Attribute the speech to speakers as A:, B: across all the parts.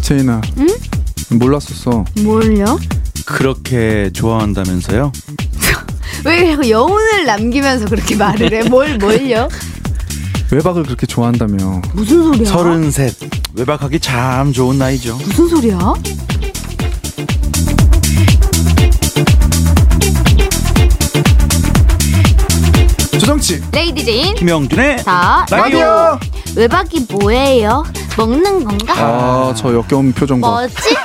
A: 채인아 몰랐었어
B: 뭘요?
C: 그렇게 좋아한다면서요?
B: 왜 자꾸 여운을 남기면서 그렇게 말을 해? 뭘 뭘요?
A: 외박을 그렇게 좋아한다며
B: 무슨 소리야?
C: 서른셋 외박하기 참 좋은 나이죠.
B: 무슨 소리야?
A: 조정치
B: 레이디 제인
C: 김영준의
B: 자
C: 라디오.
B: 외박이 뭐예요? 먹는 건가?
A: 아저 역겨운 표정 봐
B: 뭐지?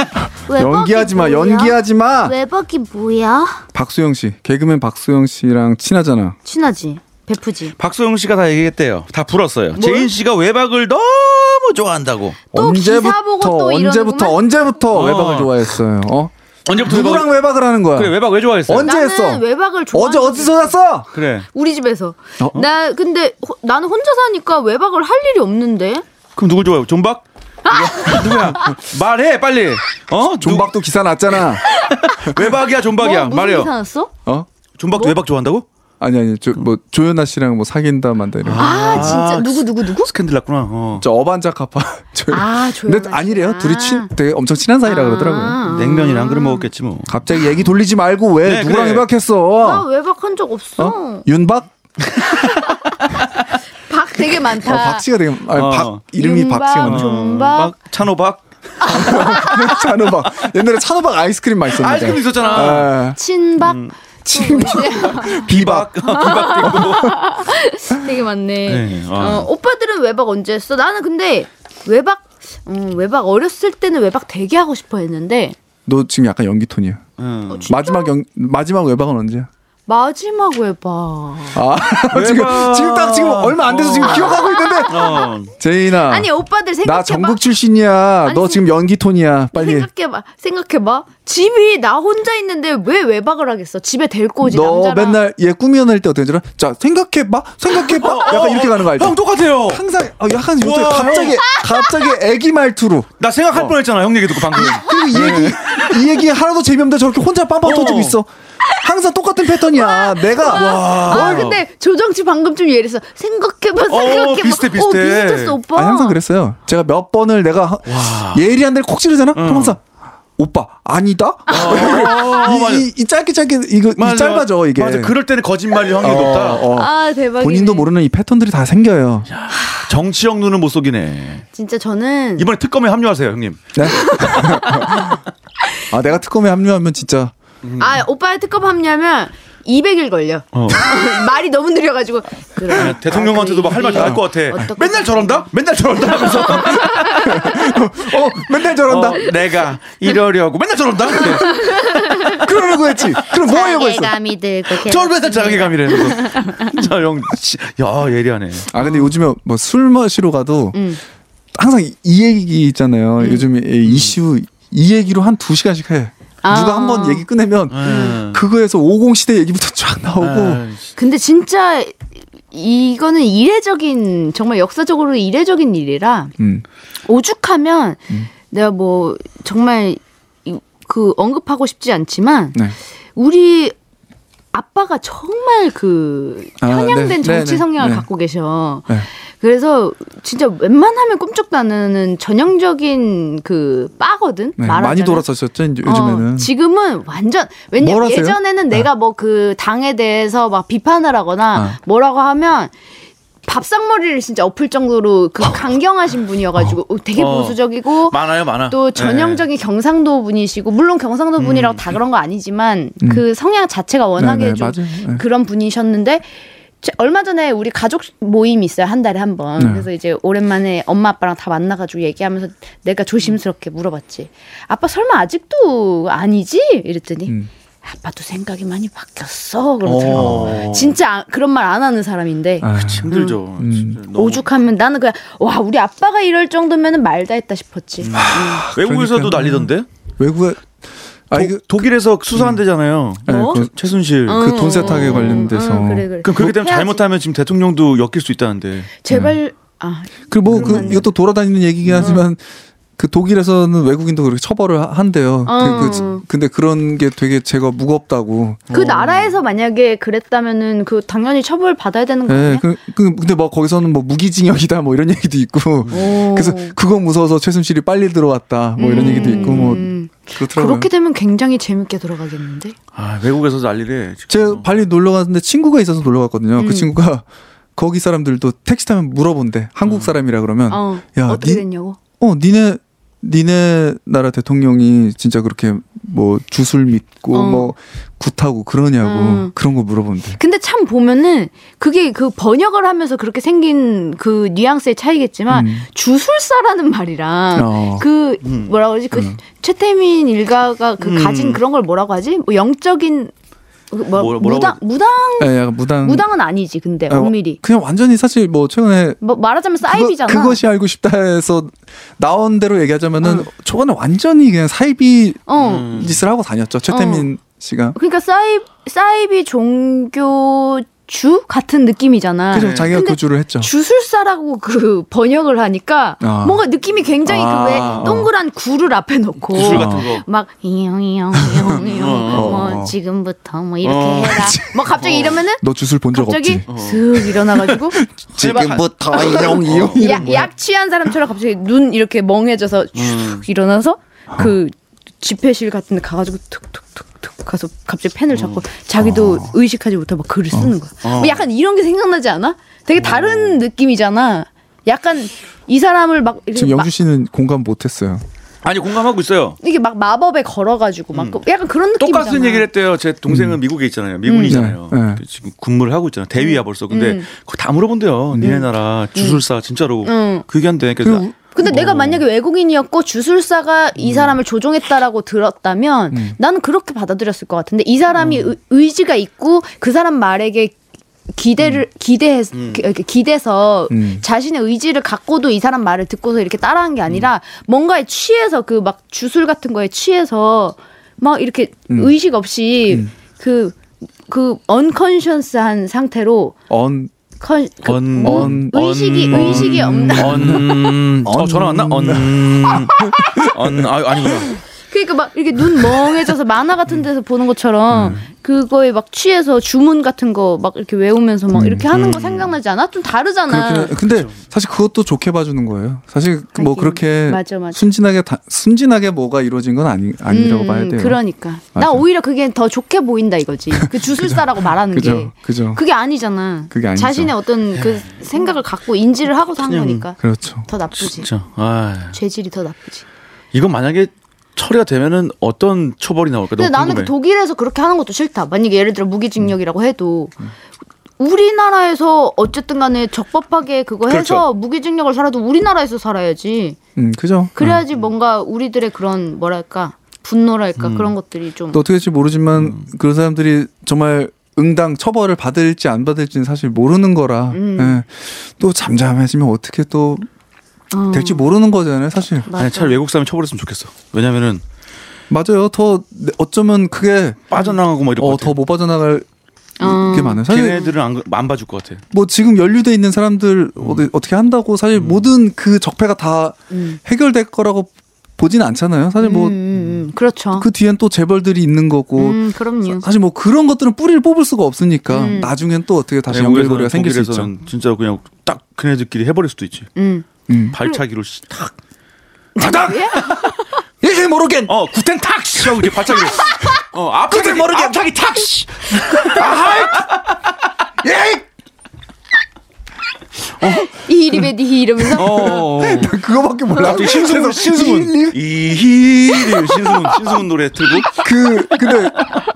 B: 외박이
A: 연기하지 마
B: 뭐야?
A: 연기하지 마
B: 외박이 뭐야?
A: 박수영 씨 개그맨 박수영 씨랑 친하잖아
B: 친하지? 베프지?
C: 박소영 씨가 다 얘기했대요. 다 불었어요. 제인 씨가 외박을 너무 좋아한다고.
B: 또 기사 보고
A: 언제부터
B: 또 이러는구만?
A: 언제부터 언제부터
C: 어.
A: 외박을 좋아했어요 어
C: 언제부터
A: 누구랑
C: 외박?
A: 외박을 하는 거야
C: 그래 외박 왜 좋아했어요?
A: 언제
B: 나는
A: 했어
B: 외박을 좋아.
A: 어제 어디서 잤어
C: 그래.
B: 우리 집에서.
A: 어?
B: 나 근데 호- 나는 혼자 사니까 외박을 할 일이 없는데.
C: 그럼 누굴 좋아해요? 존박? 누구야? 말해 빨리. 어?
A: 존박도 기사 났잖아
C: 누- 외박이야 존박이야.
B: 뭐, 무슨
C: 말해요.
B: 기사 났어?
A: 어
C: 존박도 외박 좋아한다고?
A: 아니 아니 저, 뭐 조연아 씨랑 뭐 사귄다 만다 이런 거.
B: 아, 진짜
A: 그
B: 누구 누구 누구?
C: 스캔들 났구나. 어.
A: 저 어반자카파 조연.
B: 아, 조연아
A: 근데 아니래요
B: 씨랑.
A: 둘이 친 되게 엄청 친한 사이라
B: 아.
A: 그러더라고요
C: 냉면이랑 한 그릇 먹었겠지 뭐.
A: 갑자기 얘기 돌리지 말고 왜
C: 네,
A: 누구랑
C: 그래.
B: 나
A: 외박했어
B: 외박한 적 없어.
A: 어 윤박
B: 박 되게 많다.
A: 어, 박씨가 되게 아니,
C: 어.
A: 박 이름이
B: 윤박,
A: 박씨가
B: 어.
A: 많아
B: 존박.
C: 박, 찬호박.
A: 찬호박 옛날에 찬호박 아이스크림 맛있었는데
C: 아이스크림 있었잖아.
A: 예.
B: 친박 어,
A: 비박
B: 되게 많네.
C: 네, 아.
B: 어, 오빠들은 외박 언제 했어? 나는 근데 외박 음, 외박 어렸을 때는 외박 되게 하고 싶어 했는데
A: 너 지금 약간 연기 톤이야
C: 응.
A: 마지막 연 마지막 외박은 언제야
B: 마지막 외박.
A: 아 지금 지금 딱 지금 얼마 안 돼서 지금
C: 아.
A: 기억하고 있는데
C: 어.
A: 제이나
B: 아니 오빠들 생각해봐.
A: 나 전국 출신이야 너
B: 아니,
A: 지금 연기 톤이야 빨리
B: 생각해봐. 생각해봐. 집이 나 혼자 있는데 왜 외박을 하겠어? 집에 데리고 오지
A: 너
B: 남자랑.
A: 맨날 얘 꾸며낼 때 어떻게 되잖자 생각해봐 생각해봐 약간 이렇게 가는 거 알지
C: 어, 형 똑같아요.
A: 항상 어, 약간 요새
C: 와,
A: 갑자기 갑자기 애기 말투로
C: 나
A: 어.
C: 생각할 뻔했잖아. 형 얘기 듣고 방금.
A: 그리고 이 얘기 이 얘기 하나도 재미없는데 저렇게 혼자 빵빵
C: 어.
A: 터지고 있어. 항상 똑같은 패턴이야. 내가 어.
B: 아 근데 조정치 방금 좀 예랬어. 생각해봐. 생각해봐.
C: 비슷해, 비슷해.
B: 어, 비슷했어 오빠.
A: 아니, 항상 그랬어요. 제가 몇 번을 내가 하- 예리한 데를 콕 찌르잖아. 그럼 항상 오빠 아니다. 이-
C: 어, 맞아.
A: 이, 이 짧게 짧게 이거 이 짧아져 이게.
C: 맞아. 그럴 때는 거짓말이 확률이
A: 어,
C: 높다.
A: 어.
B: 아 대박이네.
A: 본인도 모르는 이 패턴들이 다 생겨요.
C: 정치형 눈은 못 속이네.
B: 진짜 저는
C: 이번에 특검에 합류하세요, 형님.
A: 네? 아 내가 특검에 합류하면 진짜
B: 아 오빠의 특급 합류하면 200일 걸려.
C: 어.
B: 말이 너무 느려가지고. 그래.
C: 아, 대통령한테도 막 할 말 다 할 것 같아.
B: 어떡하지?
C: 맨날 저런다? 맨날 저런다 하면서.
A: 어 맨날 저런다.
C: 어, 내가 이러려고 맨날 저런다? 네.
A: 그러려고 했지. 그럼 뭐 하려고 했어?
B: 자괴감이 들고.
C: 저 맨날 자괴감이라면서. 저형 야, 예리하네.
A: 아 근데 요즘에 뭐 술 마시러 가도
B: 음.
A: 항상 이- 이 얘기 있잖아요. 요즘에 이 이슈 이 얘기로 한 두 시간씩 해.
B: 아.
A: 누가 한 번 얘기 끝내면
C: 음.
A: 그거에서 50 시대 얘기부터 쫙 나오고
C: 아이,
B: 근데 진짜 이거는 이례적인 정말 역사적으로 이례적인 일이라
A: 음.
B: 오죽하면
C: 음.
B: 내가 뭐 정말 이- 그 언급하고 싶지 않지만
A: 네.
B: 우리 아빠가 정말 그
A: 아,
B: 편향된
A: 네, 네,
B: 정치
A: 네,
B: 성향을
A: 네.
B: 갖고 계셔.
A: 네.
B: 그래서 진짜 웬만하면 꿈쩍도 안 하는 전형적인 그 빠거든.
A: 네,
B: 말하자면.
A: 많이 돌아섰었죠 이제 요즘에는.
B: 어, 지금은 완전 왜냐면
A: 뭘 하세요? 네.
B: 예전에는 내가 뭐 그 당에 대해서 막 비판을 하거나 뭐라고 하면 밥상머리를 진짜 엎을 정도로
A: 어.
B: 그 강경하신 분이어가지고 되게
C: 어.
B: 보수적이고
C: 많아요, 많아.
B: 또
A: 예.
B: 전형적인 경상도 분이시고 물론 경상도
A: 음,
B: 분이라고 다 그런 거 아니지만 그 성향 자체가 워낙에
A: 네, 네,
B: 좀
A: 맞아요. 네.
B: 그런 분이셨는데 제- 얼마 전에 우리 가족 모임이 있어요 한 달에 한 번
A: 네.
B: 그래서 이제 오랜만에 엄마 아빠랑 다 만나가지고 얘기하면서 내가 조심스럽게 물어봤지 아빠 설마 아직도 아니지 이랬더니
A: 음.
B: 아빠도 생각이 많이 바뀌었어 그러더라고 진짜 아- 그런 말 안 하는 사람인데
A: 아,
C: 그치, 네. 힘들죠. 진짜 너무.
B: 오죽하면 나는 그냥 와 우리 아빠가 이럴 정도면은 말다 했다 싶었지 음.
C: 외국에서도 난리던데?
A: 외국에 아 이거
C: 독일에서 수사한대잖아요.
A: 네,
B: 뭐?
A: 그,
C: 최순실.
B: 어,
A: 돈 세탁에
B: 어,
A: 관련돼서.
B: 어, 그래, 그래.
C: 그럼 그렇게 되면 네.
B: 해야지.
C: 잘못하면 지금 대통령도 엮일 수 있다는데.
B: 제발 아
A: 뭐그
B: 음.
A: 그리고 뭐그 이것도 돌아다니는 얘기긴 하지만 그 독일에서는 외국인도 그렇게 처벌을 하- 한대요. 그,
B: 어.
A: 그, 근데 그런 게 되게 제가 무겁다고.
B: 그
C: 어.
B: 나라에서 만약에 그랬다면은 그 당연히 처벌 받아야 되는 거
A: 예,
B: 아니야?
A: 그, 그, 근데 막 거기서는 뭐 무기징역이다 뭐 이런 얘기도 있고.
B: 오.
A: 그래서 그거 무서워서 최순실이 빨리 들어왔다 뭐 이런
B: 음.
A: 얘기도 있고 뭐 그렇더라고요.
B: 그렇게 되면 굉장히 재밌게 돌아가겠는데.
C: 아, 외국에서도 난리래. 지금. 어.
A: 제가 발리 놀러 갔는데 친구가 있어서 놀러 갔거든요.
B: 음.
A: 그 친구가 거기 사람들도 택시 타면 물어본대. 한국 사람이라 그러면
B: 음. 어.
A: 야,
B: 어떻게
A: 니-
B: 됐냐고.
A: 어 니네 니네 나라 대통령이 진짜 그렇게 뭐 주술 믿고
B: 어.
A: 뭐 굿하고 그러냐고
B: 음.
A: 그런 거 물어본대.
B: 근데 참 보면은 그게 그 번역을 하면서 그렇게 생긴 그 뉘앙스의 차이겠지만
A: 음.
B: 주술사라는 말이랑
A: 어.
B: 그
C: 음.
B: 뭐라 그러지 그
A: 음.
B: 최태민 일가가 그
C: 음.
B: 가진 그런 걸 뭐라고 하지? 뭐 영적인 그 뭐,
C: 뭐라- 뭐라고
B: 무당
C: 하지?
B: 무당
A: 예, 약간 무당
B: 무당은 아니지 근데
A: 아,
B: 엄밀히
A: 그냥 완전히 사실 뭐 최근에
B: 뭐 말하자면 사이비잖아.
A: 그거, 그것이 알고 싶다해서 나온 대로 얘기하자면은 초반에 완전히 그냥 사이비
B: 어.
C: 음.
A: 짓을 하고 다녔죠 최태민 씨가.
B: 그러니까 사이 사이비 종교주 같은 느낌이잖아.
A: 그죠 자기가
B: 근데
A: 교주를 했죠.
B: 주술사라고 그 번역을 하니까
A: 아.
B: 뭔가 느낌이 굉장히
A: 아,
B: 그 왜
A: 어.
B: 동그란 구를 앞에 놓고
C: 구슬 같은 거.
B: 막 이용 이용 이용 이용
C: 어,
A: 어,
B: 뭐
A: 어.
B: 지금부터 뭐 이렇게
C: 어.
B: 해라. 뭐 갑자기 이러면은
A: 너 주술 본 적
B: 갑자기 어.
A: 없지?
B: 슥 일어나가지고
A: 지금부터 이용 이용
B: 야, 약 취한 사람처럼 갑자기 눈 이렇게 멍해져서 쭉 일어나서 그 집회실 같은 데 가가지고 툭툭툭툭 가서 갑자기 펜을 잡고 자기도 의식하지 못하고 막 글을 쓰는 거야. 뭐 약간 이런 게 생각나지 않아? 되게 다른 느낌이잖아. 약간 이 사람을 막 이렇게
A: 지금
B: 막-
A: 영주 씨는 공감 못했어요.
C: 아니 공감하고 있어요.
B: 이게 막 마법에 걸어가지고 막 그- 약간 그런 느낌이잖아.
C: 똑같은 얘기를 했대요. 제 동생은 미국에 있잖아요. 미군이잖아요.
A: 음. 네, 네.
C: 그 지금 군무를 하고 있잖아요.
B: 음.
C: 대위야 벌써. 근데 그거 다
A: 음.
C: 물어본대요. 니네 나라 주술사 진짜로
B: 음.
C: 그 얘기한대. 그래서
A: 그리고-
B: 근데 내가 만약에 외국인이었고 주술사가 이 사람을 조종했다라고 들었다면 나는 그렇게 받아들였을 것 같은데 이 사람이 의, 지가 있고 그 사람 말에게 기대를 기대해 이렇게 기대서
A: 음.
B: 자신의 의지를 갖고도 이 사람 말을 듣고서 이렇게 따라한 게 아니라 뭔가에 취해서 그 막 주술 같은 거에 취해서 막 이렇게 의식 없이 그 그 언컨션스한 상태로
A: 언
B: 컨, 그
C: 언-
A: 언-
B: 의식이
C: 언-
B: 의식이 없는
C: 언. 어, 전화 왔나? 언. 언. 아, 아니구나.
B: 그러니까 막 이렇게 눈 멍해져서 만화 같은 데서 보는
A: 음.
B: 것처럼 그거에 막 취해서 주문 같은 거 막 이렇게 외우면서 막 이렇게 하는 거 생각나지 않아? 좀 다르잖아.
A: 음.
B: 네.
A: 그렇게 근데 사실 그것도 좋게 봐주는 거예요. 사실 뭐
B: 하긴.
A: 그렇게
B: 맞아, 맞아.
A: 순진하게 다, 순진하게 뭐가 이루어진 건 아니 아니라고
B: 음,
A: 봐야 돼요.
B: 그러니까 나
A: 맞아.
B: 오히려 그게 더 좋게 보인다 이거지. 그 주술사라고 말하는 게
A: 그죠 그죠
B: 그게 아니잖아.
A: 그게 아니죠.
B: 자신의 어떤 그 생각을 갖고 인지를 하고서 한
C: 그냥
B: 거니까
A: 그, 렇죠
B: 더 나쁘지.
C: 진짜. 아.
B: 죄질이 더 나쁘지.
C: 이거 만약에 처리가 되면은 어떤 처벌이 나올까?
B: 근데
C: 너무
B: 나는 그
C: 궁금해.
B: 독일에서 그렇게 하는 것도 싫다. 만약에 예를 들어 무기징역이라고 해도
C: 음.
B: 우리나라에서 어쨌든 간에 적법하게 그거 해서
C: 그렇죠.
B: 무기징역을 살아도 우리나라에서 살아야지.
A: 음 그죠.
B: 그래야지 뭔가 우리들의 그런 뭐랄까 분노랄까
C: 음.
B: 그런 것들이 좀
A: 또 어떻게 될지 모르지만 그런 사람들이 정말 응당 처벌을 받을지 안 받을지는 사실 모르는 거라
B: 음.
A: 예. 또 잠잠해지면 어떻게 또
B: 어,
A: 될지 모르는 거잖아요 사실
B: 맞아.
C: 아니, 차라리 외국 사람이 처벌했으면 좋겠어. 왜냐면은
A: 맞아요 더 내- 어쩌면 그게
C: 빠져나가고 막 이럴 것 같아.
A: 어더 못 빠져나갈
B: 어.
A: 게 많아요 사실
C: 걔네들은 안, 그- 안 봐줄 것 같아.
A: 뭐 지금 연루돼 있는 사람들
C: 음.
A: 어디, 어떻게 한다고 사실 모든 그 적폐가 다
B: 음.
A: 해결될 거라고 보진 않잖아요 사실 뭐
B: 음,
A: 그
B: 음, 음. 그렇죠.
A: 뒤엔 또 재벌들이 있는 거고
B: 음, 그럼요.
A: 사실 뭐 그런 것들은 뿌리를 뽑을 수가 없으니까
B: 음.
A: 나중엔 또 어떻게 다시 연결고리가 생길 수 있죠.
C: 네, 독일에서는 진짜 그냥 딱 그네들끼리 해버릴 수도 있지.
B: 음.
A: 음.
C: 발차기로 씨, 탁.
B: 예?
A: 예, 모르겠.
C: 어 구텐 탁 씨. 하고 이렇게 발차기로. 어 앞차기
A: 구텐 모르겠.
C: 앞차기 탁 씨.
A: 예.
B: 이 이름에디 이러면서
C: 어, 어. 어.
A: 예! 그거밖에 몰라.
C: 갑자기 신승훈 신승훈 이히림 신승훈 신승훈 노래 틀고
A: 그 근데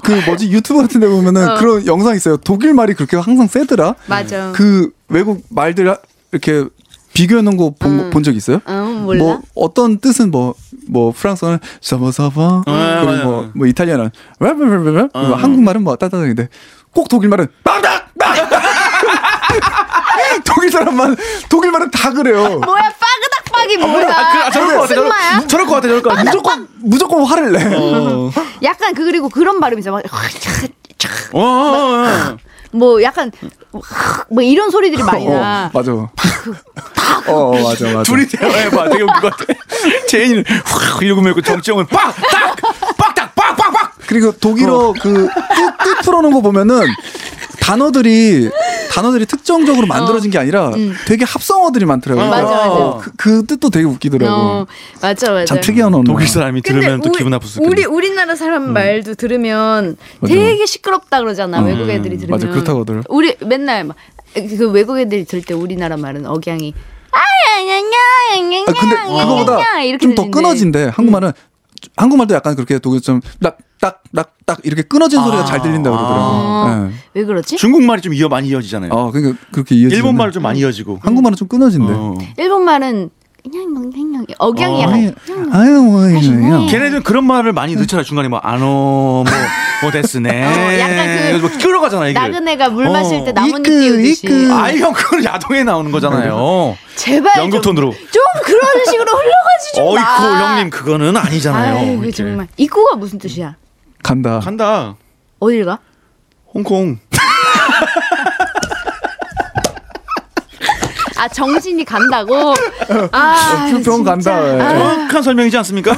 A: 그 뭐지 유튜브 같은 데 보면은 그런 영상 있어요. 독일 말이 그렇게 항상 세더라.
B: 맞아.
A: 그 외국 말들 이렇게 비교해 놓은 거 본 적 있어요?
B: 음, 몰라.
A: 뭐 어떤 뜻은 뭐 뭐 프랑스어는 서버서버
C: 아,
A: 그리고
C: 맞아요.
A: 뭐, 뭐 이탈리아는 랩랩랩랩
C: 아.
A: 한국말은 뭐 따따따인데 꼭 독일 말은 빵당 빵 독일 사람만 독일 말은 다 그래요.
B: 뭐야 빠그닥빡이 아, 뭐야?
C: 아, 그, 아, 저럴 것 같아 저럴,
B: 승마야?
C: 저럴 것 같아 저럴 것 같아
A: 무조건 무조건 화를 내.
C: 어.
B: 약간 그 그리고 그런 발음이죠. 막
C: 어, 어, 어.
B: 뭐 약간 뭐 이런 소리들이 많이
A: 어,
B: 나.
A: 맞아. 어, 어, 맞아, 맞아.
C: 둘이 대화해봐. 되게 웃긴 것 같아. 제인은 확 이러고 밀고 정치형은 빡! 딱! 빡딱! 빡빡빡!
A: 그리고 독일어 그 뜻 풀어놓은 거 보면은 단어들이 단어들이 특정적으로 만들어진 게 아니라 되게 합성어들이 많더라고요.
C: 어.
B: 음. 맞아, 맞아.
A: 어, 그, 그 뜻도 되게 웃기더라고.
B: 어, 맞아 맞아.
A: 참 특이한 언어.
C: 독일 사람이 들으면 또
B: 우리-
C: 기분 나쁠 수
B: 우리
C: 있겠네.
B: 우리나라 사람 말도 들으면
A: 음. 맞아. 음.
B: 되게 시끄럽다 그러잖아 외국 애들이 들으면.
A: 맞아, 그렇다고 하더라.
B: 우리 맨날 막그 외국 애들이 들을 때 우리나라 말은 억양이
A: 아,
B: 아야야야야야야.
A: 근데 아, 그거보다 좀 더 끊어진대. 한국말은
B: 음.
A: 한국말도 약간 그렇게 독일 좀딱딱딱딱 이렇게 끊어진
C: 아.
A: 소리가 잘 들린다고 그러더라고. 요
B: 왜 그러지?
C: 중국말이 좀 이어 많이 이어지잖아요.
A: 어, 음. 그러니까 그렇게 이해.
C: 일본말은 좀 많이 이어지고.
A: 한국말은 좀 끊어진대.
C: 어.
B: 일본 말은 그냥 뭐 그냥 억양이
C: 어.
A: 아니,
B: 약간
A: 아유, 뭐,
B: 하시네.
A: 이거요.
C: 걔네들은 그런 말을 많이 넣잖아 중간에 뭐 안어 뭐뭐 됐으네
B: 어, 약간 그
C: 뭐 끌어가잖아 이게
B: 나그네가 물
C: 어.
B: 마실 때 나뭇잎
A: 이끄,
B: 띄우듯이.
A: 이끄.
B: 아,
C: 아이 형 그걸 야동에 나오는
B: 음.
C: 거잖아요
B: 제발
C: 연극
B: 좀,
C: 톤으로.
B: 좀 그런 식으로 흘러가지 좀
C: 어이쿠
B: 마.
C: 형님 그거는 아니잖아요
B: 아유
C: 이렇게.
B: 정말 이구가 무슨 뜻이야?
A: 간다.
C: 간다
B: 어딜 가?
C: 홍콩
B: 아 정신이 간다고. 아
A: 병 간다. 예.
C: 정확한 설명이지 않습니까?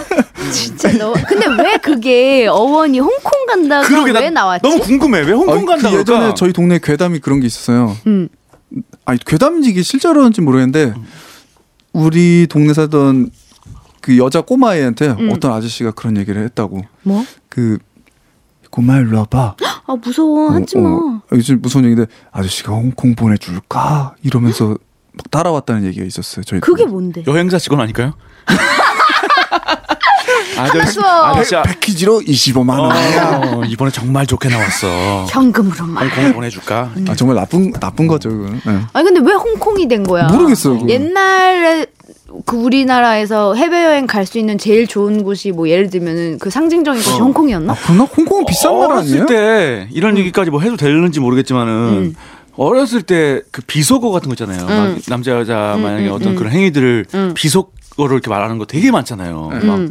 B: 진짜 너. 근데 왜 그게 어원이 홍콩 간다가
C: 그러게
B: 왜
C: 나
B: 나왔지?
C: 너무 궁금해 왜 홍콩
A: 아니, 그
C: 간다 그럴까?
A: 예전에 저희 동네 에 괴담이 그런 게 있었어요.
B: 음.
A: 아니 괴담인지 이게 실제로인지 모르겠는데 우리 동네 살던 그 여자 꼬마애한테
B: 음.
A: 어떤 아저씨가 그런 얘기를 했다고.
B: 뭐?
A: 그 꼬마 일로 와봐.
B: 아 무서워 하지
A: 어,
B: 마.
A: 어, 이게 좀 무서운 얘기인데 아저씨가 홍콩 보내줄까 이러면서 막 따라왔다는 얘기가 있었어요. 저희
B: 그게
A: 동네.
B: 뭔데?
C: 여행사 직원 아닐까요? 아저씨
B: 알았어.
C: 아저씨 아-
A: 패키지로 25만 원.
B: 아.
A: 아.
C: 어, 이번에 정말 좋게 나왔어
B: 현금으로만.
C: 홍콩 보내줄까?
A: 아 정말 나쁜 나쁜 거죠 그건. 네.
B: 아니 근데 왜 홍콩이 된 거야?
A: 모르겠어요, 그건.
B: 옛날에 그 우리나라에서 해외 여행 갈 수 있는 제일 좋은 곳이 뭐 예를 들면은 그 상징적인 곳이 홍콩이었나?
A: 아 그러나 홍콩은 비싼 나라
C: 어렸을
A: 아니에요?
C: 때 이런 얘기까지 뭐 해도 되는지 모르겠지만은 어렸을 때 그 비속어 같은 거 있잖아요. 막 남자 여자 만약에 어떤 그런 행위들을 비속어로 이렇게 말하는 거 되게 많잖아요. 막,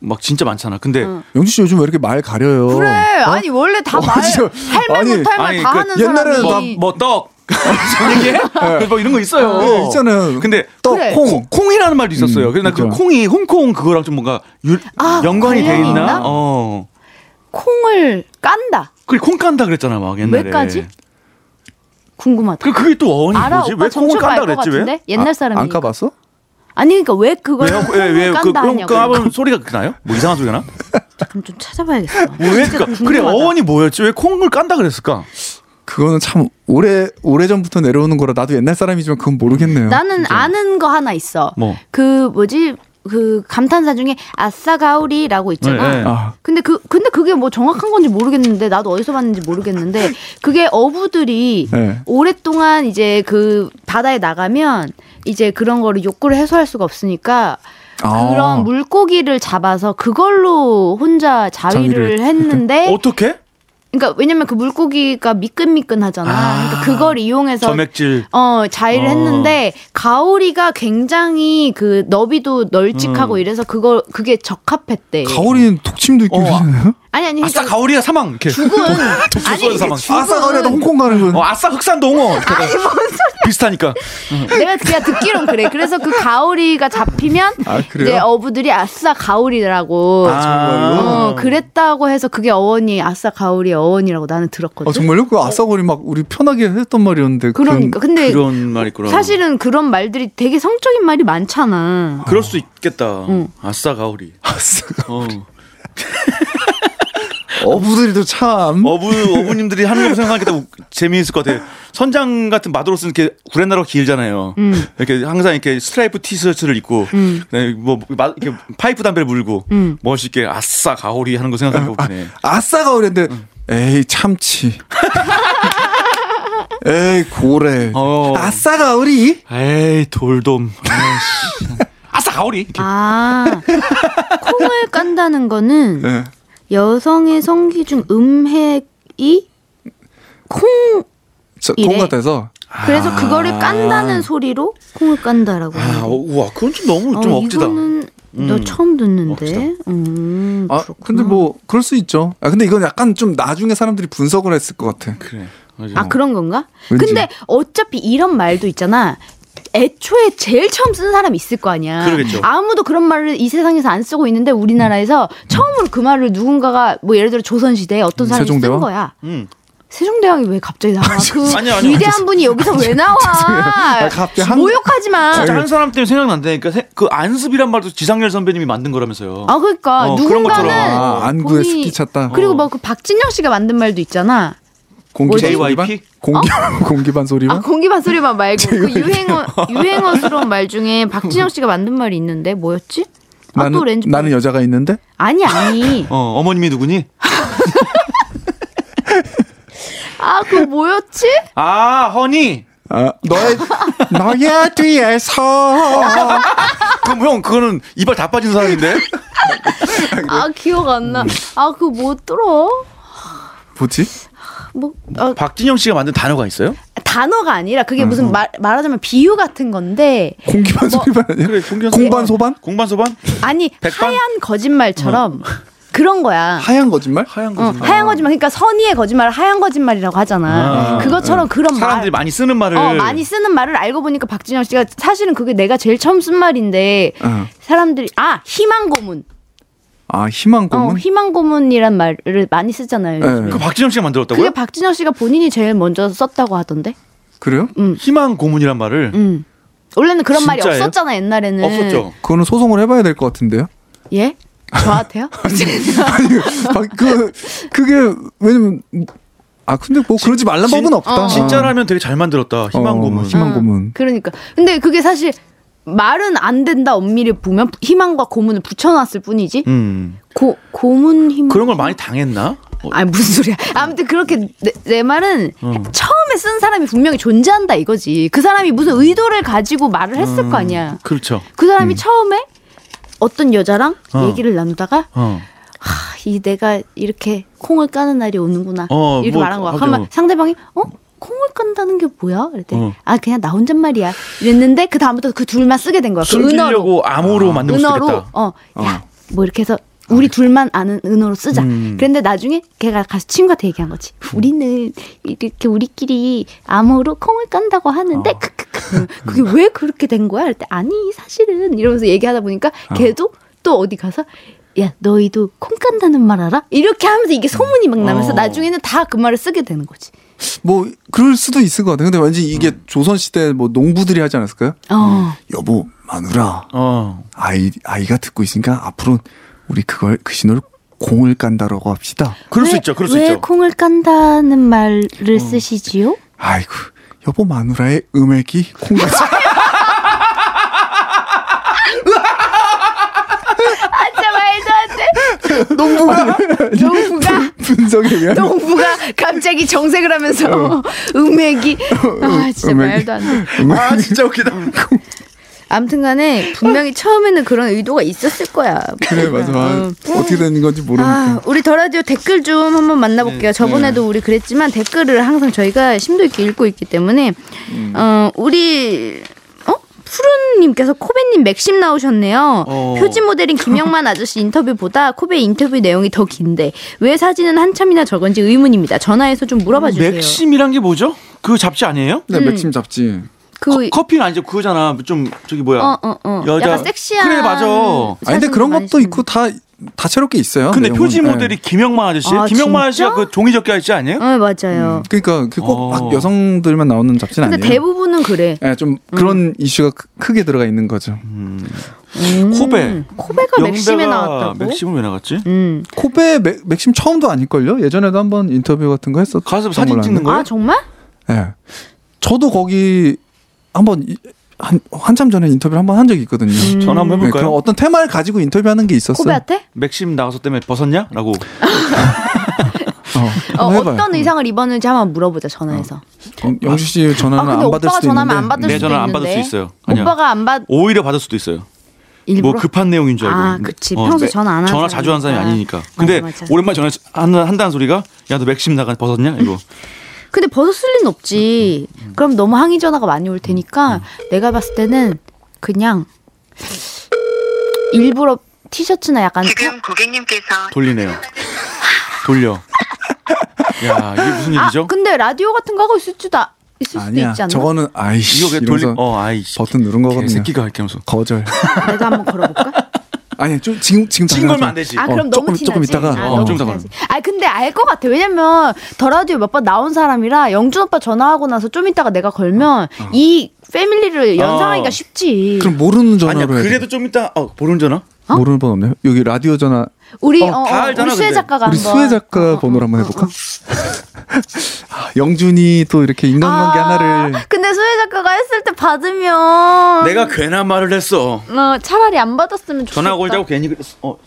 C: 막 진짜 많잖아. 근데
A: 영주 씨 요즘 왜 이렇게 말 가려요?
B: 그래. 아니 원래
A: 어,
B: 다말
A: 진짜.
B: 할말
A: 아니,
B: 못할 말
C: 아니,
B: 다
C: 그
B: 하는
A: 옛날에는
B: 사람이
C: 뭐 떡. 무슨 얘기해? 그래서 뭐 이런 거 있어요.
A: 네, 있잖아요.
C: 근데
A: 떡,
B: 그래.
A: 콩.
C: 콩, 이라는 말도 있었어요.
A: 음,
C: 그래서 나그
A: 그렇죠.
C: 콩이 홍콩 그거랑 좀 뭔가 유-
B: 아,
C: 연관이 돼
B: 관련이
C: 있나?
B: 있나?
C: 어.
B: 콩을 깐다.
C: 그리고 콩 깐다 그랬잖아 막 옛날에.
B: 왜까지? 궁금하다.
C: 그 그게 또 어원이
B: 알아
C: 뭐지?
B: 오빠
C: 왜 콩을
B: 정체가
C: 깐다
B: 알것
C: 그랬지 왜?
B: 같은데 옛날
A: 아,
B: 사람이
A: 안 까봤어?
B: 아니 그러니까 왜 그걸
C: 왜요? 왜, 왜, 그,
B: 깐다
C: 그럼
B: 하냐고
C: 까불 소리가 나요? 뭐 이상한 소리가 나?
B: 그럼 좀 찾아봐야겠어
C: 왜,
B: 진짜
C: 그니까, 그래,
B: 궁금하다.
C: 어원이 뭐였지? 왜 콩을 깐다 그랬을까?
A: 그거는 참 오래 오래 전부터 내려오는 거라 나도 옛날 사람이지만 그건 모르겠네요.
B: 나는 아는 거 하나 있어
C: 뭐?
B: 그 뭐지 그 감탄사 중에 아싸 가오리라고 있잖아
C: 네, 네.
A: 아.
B: 근데 그 근데 그게 뭐 정확한 건지 모르겠는데 나도 어디서 봤는지 모르겠는데 그게 어부들이
A: 네.
B: 오랫동안 이제 그 바다에 나가면 이제 그런 거를 욕구를 해소할 수가 없으니까
A: 아.
B: 그런 물고기를 잡아서 그걸로 혼자 자위를
A: 자위를
B: 했는데
C: 어떻게?
B: 그러니까 왜냐면 그 물고기가 미끈미끈하잖아. 그러니까 그걸 이용해서
C: 점액질.
B: 어 자위를
C: 어.
B: 했는데 가오리가 굉장히 그 너비도 널찍하고 이래서 그걸 그게 적합했대.
A: 가오리는 독침도 있고
C: 어,
A: 그러잖아요.
B: 아니 아니
C: 아싸,
B: 그러니까
C: 가오리야 사망. 이렇게.
B: 죽은
C: 독수리 사망.
A: 아싸 가오리도 홍콩 가는 건.
C: 어, 아싸, 흑산동어. 아니, 뭔 소리야. 비슷하니까.
B: 어, 내가 그냥 듣기론 그래. 그래서 그 가오리가 잡히면
A: 아, 그래요?
B: 이제 어부들이 아싸 가오리라고
C: 아.
B: 어, 그랬다고 해서 그게 어원이 아싸 가오리 어원이라고 나는 들었거든.
A: 아 정말요? 그 아싸거리 막 우리 편하게 했던 말이었는데 그런-
B: 그러니까 근데
C: 그런 말이 있구나.
B: 사실은 그런 말들이 되게 성적인 말이 많잖아.
C: 그럴 수 있겠다. 아싸, 가오리.
A: 아싸
C: 어.
A: 어부들도 참
C: 어부, 어부님들이 하는 거 생각하니까 우- 재미있을 것 같아. 선장 같은 마도로스는 이렇게 구레나룻 길잖아요. 이렇게 항상 이렇게 스트라이프 티셔츠를 입고, 음. 그다음에 음. 뭐, 마- 이렇게 파이프 담배를 물고, 멋있게 아싸, 가오리 하는 거 생각하니까 웃기네.
A: 아싸 가오리인데 에이 참치. 에이 고래.
C: 어.
A: 아싸 가오리.
C: 에이 돌돔 아이씨. 아싸 가오리 이렇게.
B: 아 콩을 깐다는 거는
A: 네.
B: 여성의 성기 중 음핵이 콩
A: 저
B: 이래.
A: 동같아서
B: 그래서 그거를 깐다는 소리로 콩을 깐다라고.
C: 아,
B: 하는
C: 어,
B: 거.
C: 우와 그건 좀 너무 좀
B: 어,
C: 억지다
B: 이거는 너 처음 듣는데. 음,
A: 아
B: 그렇구나.
A: 근데 뭐 그럴 수 있죠. 아 근데 이건 약간 좀 나중에 사람들이 분석을 했을 것 같아.
C: 그래
B: 아 그런 건가?
A: 어. 왠지.
B: 근데 어차피 이런 말도 있잖아. 애초에 제일 처음 쓴 사람 있을 거 아니야.
C: 그러겠죠.
B: 아무도 그런 말을 이 세상에서 안 쓰고 있는데 우리나라에서 처음으로 그 말을 누군가가 뭐 예를 들어 조선 시대에 어떤 사람이
A: 세종대왕?
B: 쓴 거야.
C: 음.
B: 세종대왕이 왜 갑자기 나와? 그
C: 아니요, 아니요.
B: 위대한 분이 여기서 왜 나와?
A: 아, 갑자기 한-
B: 모욕하지 마.
C: 진짜 한 사람 때문에 생각난다니까 세- 그 안습이란 말도 지상렬 선배님이 만든 거라면서요.
B: 아 그러니까
C: 어, 그런
B: 누군가는
C: 것처럼.
A: 아, 안구에
B: 본인이-
A: 스키 찼다. 어.
B: 그리고 뭐 그 박진영 씨가 만든 말도 있잖아.
A: 공기
C: JYP?
A: 반소리만? 공기 공기반 소리만?
B: 아 공기반 소리만 말고 그 유행어 유행어스러운 말 중에 박진영 씨가 만든 말이 있는데 뭐였지? 아, 또
A: 나는
B: 렌즈
A: 나는 여자가 있는데
B: 아니 아니
C: 어, 어머님이 누구니?
B: 아 그 뭐였지?
C: 아, 허니.
A: 아, 너의 너의 뒤에서
C: 그럼 형 그거는 이발 다 빠진 사람인데.
B: 아 기억 안
A: 음.
B: 나. 아 그 뭐 들어?
A: 뭐지?
B: 뭐 아,
C: 박진영 씨가 만든 단어가 있어요?
B: 단어가 아니라 그게
A: 음.
B: 무슨 말 말하자면 비유 같은 건데
A: 공기반
B: 뭐?
A: 소리만 아니야?
C: 그래,
A: 공반
C: 공기반 소리만.
A: 소반?
C: 공반소반?
B: 아니
C: 백반?
B: 하얀 거짓말처럼 그런 거야.
A: 하얀 거짓말? 어. 하얀
B: 어, 하얀 거짓말 그러니까 선의의 거짓말을 하얀 거짓말이라고 하잖아.
C: 아,
B: 그것처럼 그런
C: 사람들이
B: 말
C: 많이 쓰는 말을
B: 어,
A: 네.
B: 많이 쓰는 말을 알고 보니까 박진영 씨가 사실은 그게 내가 제일 처음 쓴 말인데
A: 어.
B: 사람들이 아 희망 고문,
A: 아 희망
B: 어,
A: 고문?
B: 희망 고문이란 말을 많이 쓰잖아요. 요즘에.
A: 네.
C: 그 박진영 씨가 만들었다고요?
B: 그게 박진영 씨가 본인이 제일 먼저 썼다고 하던데.
A: 그래요?
C: 희망 고문이란 말을
B: 음. 원래는 그런 말이
C: 진짜예요?
B: 없었잖아 옛날에는.
C: 없었죠.
A: 그거는 소송을 해봐야 될 것 같은데요.
B: 예? 저한테요?
A: 막 그, 그게, 왜냐면, 아, 근데 뭐 그러지 말란 법은 없다.
C: 어. 진짜라면 되게 잘 만들었다. 희망
A: 어,
C: 고문.
A: 희망 고문.
B: 그러니까. 근데 그게 사실 말은 안 된다 엄밀히 보면 희망과 고문을 붙여놨을 뿐이지.
C: 음.
B: 고 고문 희망.
C: 그런 걸 많이 당했나? 어,
B: 아니 무슨 소리야. 아무튼 그렇게 내, 내 말은 처음에 쓴 사람이 분명히 존재한다 이거지. 그 사람이 무슨 의도를 가지고 말을 했을 거 아니야.
C: 그렇죠.
B: 그 사람이 처음에 어떤 여자랑
C: 어.
B: 얘기를 나누다가
C: 어.
B: 하, 이 내가 이렇게 콩을 까는 날이 오는구나.
C: 어,
B: 이렇게
C: 뭐,
B: 말한 거야.
C: 하죠.
B: 그러면 상대방이 어? 콩을 깐다는 게 뭐야? 그랬더니
C: 어.
B: 아 그냥 나 혼잣말이야. 이랬는데 그 다음부터 그 둘만 쓰게 된 거야. 그 은어로. 아,
C: 숨기려고 암호로 만들고
B: 은어로
C: 싶겠다. 아,
B: 어, 야, 뭐 이렇게 해서 우리 둘만 아는 은어로 쓰자.
C: 음.
B: 그런데 나중에 걔가 가서 친구한테 얘기한 거지. 우리는 이렇게 우리끼리 암호로 콩을 깐다고 하는데
C: 어.
B: 크크크. 음, 그게 왜 그렇게 된 거야? 그때 아니 사실은 이러면서 얘기하다 보니까
C: 어.
B: 걔도 또 어디 가서 야 너희도 콩 깐다는 말 알아? 이렇게 하면서 이게 소문이 막 나면서
C: 어.
B: 나중에는 다 그 말을 쓰게 되는 거지.
A: 뭐, 그럴 수도 있을 것 같아. 근데 왠지 이게
C: 음.
A: 조선시대 뭐 농부들이 하지 않았을까요?
B: 어.
A: 여보, 마누라.
C: 어.
A: 아이, 아이가 듣고 있으니까 앞으로 우리 그걸, 그 신호를 공을 깐다라고 합시다.
C: 그럴
B: 왜,
C: 수 있죠. 그럴 수
B: 왜
C: 있죠. 어.
B: 콩을 깐다는 말을 쓰시지요?
A: 아이고, 여보 마누라의 음액이 콩같이.
B: 아, 진짜 말도 안 돼. 어,
A: 농부가,
B: 농부가
A: 분석에 의한.
B: 농부가 갑자기 정색을 하면서 음액이 아 진짜
A: 어. 음액이.
B: 말도 안 돼.
A: 음액이
C: 아, 진짜 웃기다.
B: 아무튼간에 분명히 처음에는 그런 의도가 있었을 거야.
A: 그래, 맞아. 아,
B: 음.
A: 어떻게 되는 건지 모르니까.
B: 아, 우리 더 라디오 댓글 좀 한번
A: 네,
B: 만나볼게요. 저번에도 우리 그랬지만 댓글을 항상 저희가 심도 있게 읽고 있기 때문에
A: 음.
B: 어 우리 어 푸른님께서 코베님 맥심 나오셨네요.
C: 어.
B: 표지 모델인 김영만 아저씨 인터뷰보다 코베 인터뷰 내용이 더 긴데 왜 사진은 한참이나 적은지 의문입니다. 전화해서 좀 물어봐 주세요.
C: 맥심이란 게 뭐죠? 그 잡지 아니에요?
B: 음.
A: 네, 맥심 잡지.
B: 그
C: 커, 커피는 아니죠. 그거잖아. 좀 저기 뭐야.
B: 어, 어, 어.
C: 여자-
B: 약간 섹시한.
C: 그래, 맞아.
A: 아 근데
B: 사진도
A: 그런
B: 많이
A: 것도
B: 찍는
A: 있고 다 다채롭게 있어요.
C: 근데
A: 내용은.
C: 표지 모델이
A: 네.
C: 김영만 아저씨.
B: 아,
C: 김영만
B: 진짜?
C: 아저씨가 그 종이 접기 아저씨 아니에요?
B: 어, 맞아요.
A: 그러니까 꼭막
C: 어.
A: 여성들만 나오는 잡지는
B: 근데
A: 아니에요.
B: 대부분은 음. 그래.
A: 예, 좀 그런 이슈가 크- 크게 들어가 있는 거죠.
C: 음. 코베.
B: 음. 코베가 맥심에 나왔다고.
C: 맥심을 왜 나갔지?
B: 음.
A: 코베 맥, 맥심 처음도 아닐걸요? 예전에도 한번 인터뷰 같은 거 했었.
C: 가서 사진 찍는
B: 아 정말?
A: 예. 저도 거기 한번 이- 한 한참 전에 인터뷰를 한번 한 적이 있거든요.
C: 음. 전화 한번
A: 네, 그런
C: 해볼까요?
A: 어떤 테마를 가지고 인터뷰하는 게 있었어요.
B: 코베한테?
C: 맥심 나가서 때문에 벗었냐? 라고.
A: 어,
B: 어,
A: 한번 해봐요.
B: 어떤 의상을 입었는지 한번 물어보자 전화해서.
A: 어, 영주 씨
B: 아
A: 전화는
B: 근데
A: 안 받을
B: 오빠가
A: 수도
B: 전화하면
A: 있는데.
B: 안 받을
C: 내
B: 수도 뭐
C: 전화 안
B: 있는데.
C: 받을 수 있어요. 아니야.
B: 오빠가 안 받.
C: 오히려 받을 수도 있어요.
B: 일부러.
C: 뭐 급한 내용인 줄 알고. 어,
B: 아, 그치. 평소에
C: 매-
B: 전화 안 하는
C: 전화 자주 하는 사람이
B: 사람이니까.
C: 아니니까.
B: 맞아,
C: 근데
B: 맞아.
C: 오랜만에 전화 한- 한다는 소리가 야 너 맥심 나가 벗었냐? 이거.
B: 근데 벗었을 리는 없지. 그럼 너무 항의 전화가 많이 올 테니까 내가 봤을 때는 그냥 일부러 티셔츠나 약간
D: 지금 고객님께서
C: 돌리네요. 돌려. 야 이게 무슨
B: 아
C: 일이죠?
B: 그 근데 라디오 같은 거 하고 있을지도 아- 있을 수도
A: 아니야.
B: 있지 않나?
A: 저거는 아이씨
C: 이거 그냥
A: 이러면서
C: 돌리. 어 아이씨.
A: 버튼 누른 거거든요.
C: 새끼가 이렇게 하면서.
A: 거절.
B: 내가 한번 걸어볼까?
A: 아니 좀 지금 지금
C: 찐 걸면 안 되지.
B: 아 그럼
A: 어,
B: 너무
A: 조금-
B: 티나지.
A: 조금 이따가.
B: 아,
C: 어,
B: 너무
C: 좀
B: 티나지. 아 근데 알 것 같아. 왜냐면 더 라디오 몇 번 나온 사람이라 영준 오빠 전화하고 나서 좀 이따가 내가 걸면 이 패밀리를 연상하기가
C: 어.
B: 쉽지.
A: 어, 그럼 모르는 전화로
C: 아니야.
A: 해야 돼.
C: 그래도 좀 이따 어 보는 전화.
A: 모르는 번호 없나요? 여기 라디오 전화
B: 우리 어,
A: 어,
B: 어,
C: 다 알잖아,
B: 우리 수혜
C: 근데.
B: 작가가 어,
A: 우리
B: 한번.
A: 수혜 작가 번호를 한번 해볼까? 아, 영준이 또 이렇게 인간관계 하나를
B: 아, 근데 수혜 작가가 했을 때 받으면
C: 내가 괜한 말을 했어.
B: 어, 차라리 안 받았으면 좋겠다.
C: 전화 걸자고 괜히 그랬어. 어.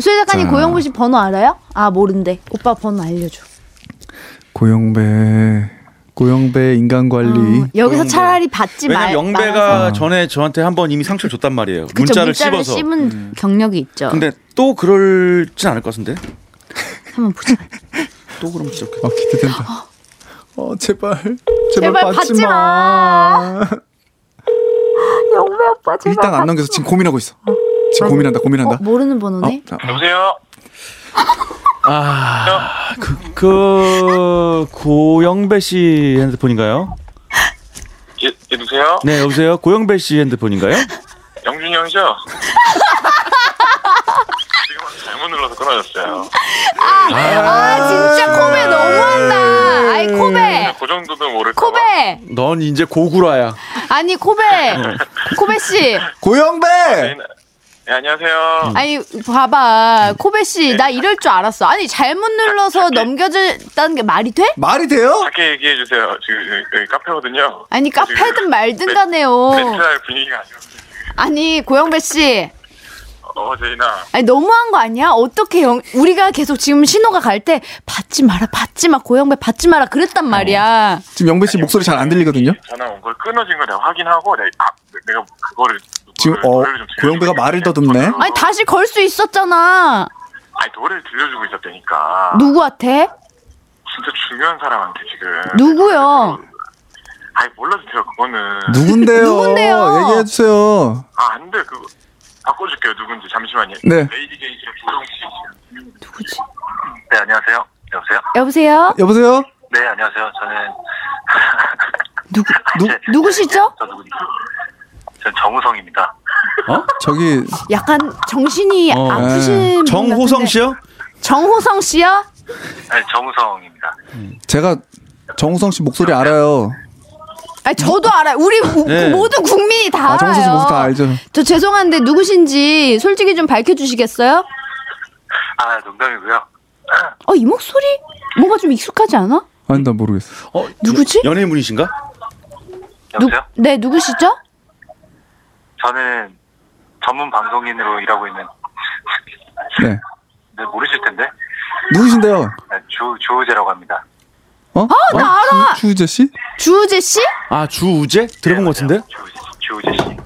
B: 수혜 작가님
A: 자.
B: 고영구 씨 번호 알아요? 아 모른데. 오빠 번호 알려줘.
A: 고영배 고영배 인간관리
B: 어, 여기서
C: 고영배.
B: 차라리 받지 말.
C: 왜냐면
B: 말아서.
C: 영배가 전에 저한테 한 번 이미 상처를 줬단 말이에요.
B: 그쵸,
C: 문자를,
B: 문자를
C: 씹어서.
B: 씹은 경력이 있죠.
C: 근데 또 그럴진 않을 것 같은데.
B: 한번 보자.
C: 또 그러면 진짜
A: 어 기대된다. 어 제발 제발,
B: 제발
A: 받지
B: 받지
A: 마.
B: 영배 오빠 제발.
A: 일단 안 넘겨서 지금 고민하고 있어. 지금 고민한다
B: 어,
A: 고민한다.
B: 모르는 번호네.
A: 아, 아,
D: 여보세요?
C: 아, 아그 그, 고영배 씨 핸드폰인가요?
D: 예, 예, 누구세요?
C: 네 여보세요. 고영배 씨 핸드폰인가요?
D: 영준이 형이죠? 지금 잘못 눌러서 끊어졌어요.
B: 아 진짜 코베 너무한다. 아이
A: 네.
B: 코베.
D: 그 정도도 모를까 봐.
B: 코베.
C: 넌 이제 고구라야.
B: 아니 코베. 코베 씨.
A: 고영배
D: 네, 네, 안녕하세요.
A: 음.
B: 아니 봐봐. 코베 씨 나 이럴 줄 알았어. 아니 잘못 눌러서 넘겨졌다는 게 말이 돼?
A: 말이 돼요?
D: 밖에 얘기해 주세요. 지금 여기, 여기 카페거든요.
B: 아니 카페든 말든 간에요.
A: 뭐.
D: 멘트할 분위기가 아니고.
B: 아니 고영배 씨.
D: 어, 제이나.
B: 아니 너무한 거 아니야? 어떻게 영, 우리가 계속 지금 신호가 갈 때 받지 마라, 받지 마, 고영배 받지 마라 그랬단 말이야.
A: 지금 영배 씨 목소리 잘 안 들리거든요.
D: 전화 온 걸 끊어진 거 내가 확인하고 내, 아, 내가 그거를
A: 지금
D: 그거를
A: 어
D: 노래를 좀 들려주고
A: 고영배가 말을 더듬네.
D: 있었거든요.
B: 아니 다시 걸 수 있었잖아.
D: 아니 노래를 들려주고 있었다니까.
B: 누구한테?
D: 진짜 중요한 사람한테 지금.
B: 누구요?
D: 아니 몰라도 돼요 그거는.
A: 누군데요?
B: 누군데요?
A: 얘기해 주세요.
D: 아, 안 돼. 그거 바꿔줄게요. 누군지 잠시만요.
A: 네.
D: 레이디 게이지의 조정씨.
B: 누구지?
D: 네, 안녕하세요. 여보세요?
B: 여보세요?
A: 여보세요?
D: 네, 안녕하세요. 저는
B: 누구 누, 누구시죠?
D: 저 누구지? 저는 정우성입니다.
C: 어?
A: 저기
B: 약간 정신이
C: 어,
B: 아프신 분
C: 정호성
B: 같은데.
C: 씨요?
B: 정호성 씨요?
D: 아니, 정우성입니다.
A: 제가 정우성 씨 목소리 알아요.
B: 아니 저도 알아요. 우리 우-
C: 네.
B: 모든 국민이 다
A: 아,
B: 알아요.
A: 정우성 씨 목소리 다 알죠.
B: 저 죄송한데 누구신지 솔직히 좀 밝혀주시겠어요?
D: 아, 농담이고요.
B: 어 이 목소리 뭔가 좀 익숙하지 않아?
A: 아니 나 모르겠어.
C: 어,
B: 누구지?
C: 연- 연예인분이신가?
B: 누,
D: 여보세요?
B: 네 누구시죠?
D: 저는 전문 방송인으로 일하고 있는
A: 네.
D: 네, 모르실 텐데
A: 누구신데요?
D: 네, 주, 주호재라고 합니다.
A: 어? 아,
B: 나 알아.
A: 추우재 씨?
B: 주우재 씨?
C: 아 주우재 들어본 것 같은데?
D: 주호재, 주호재 씨.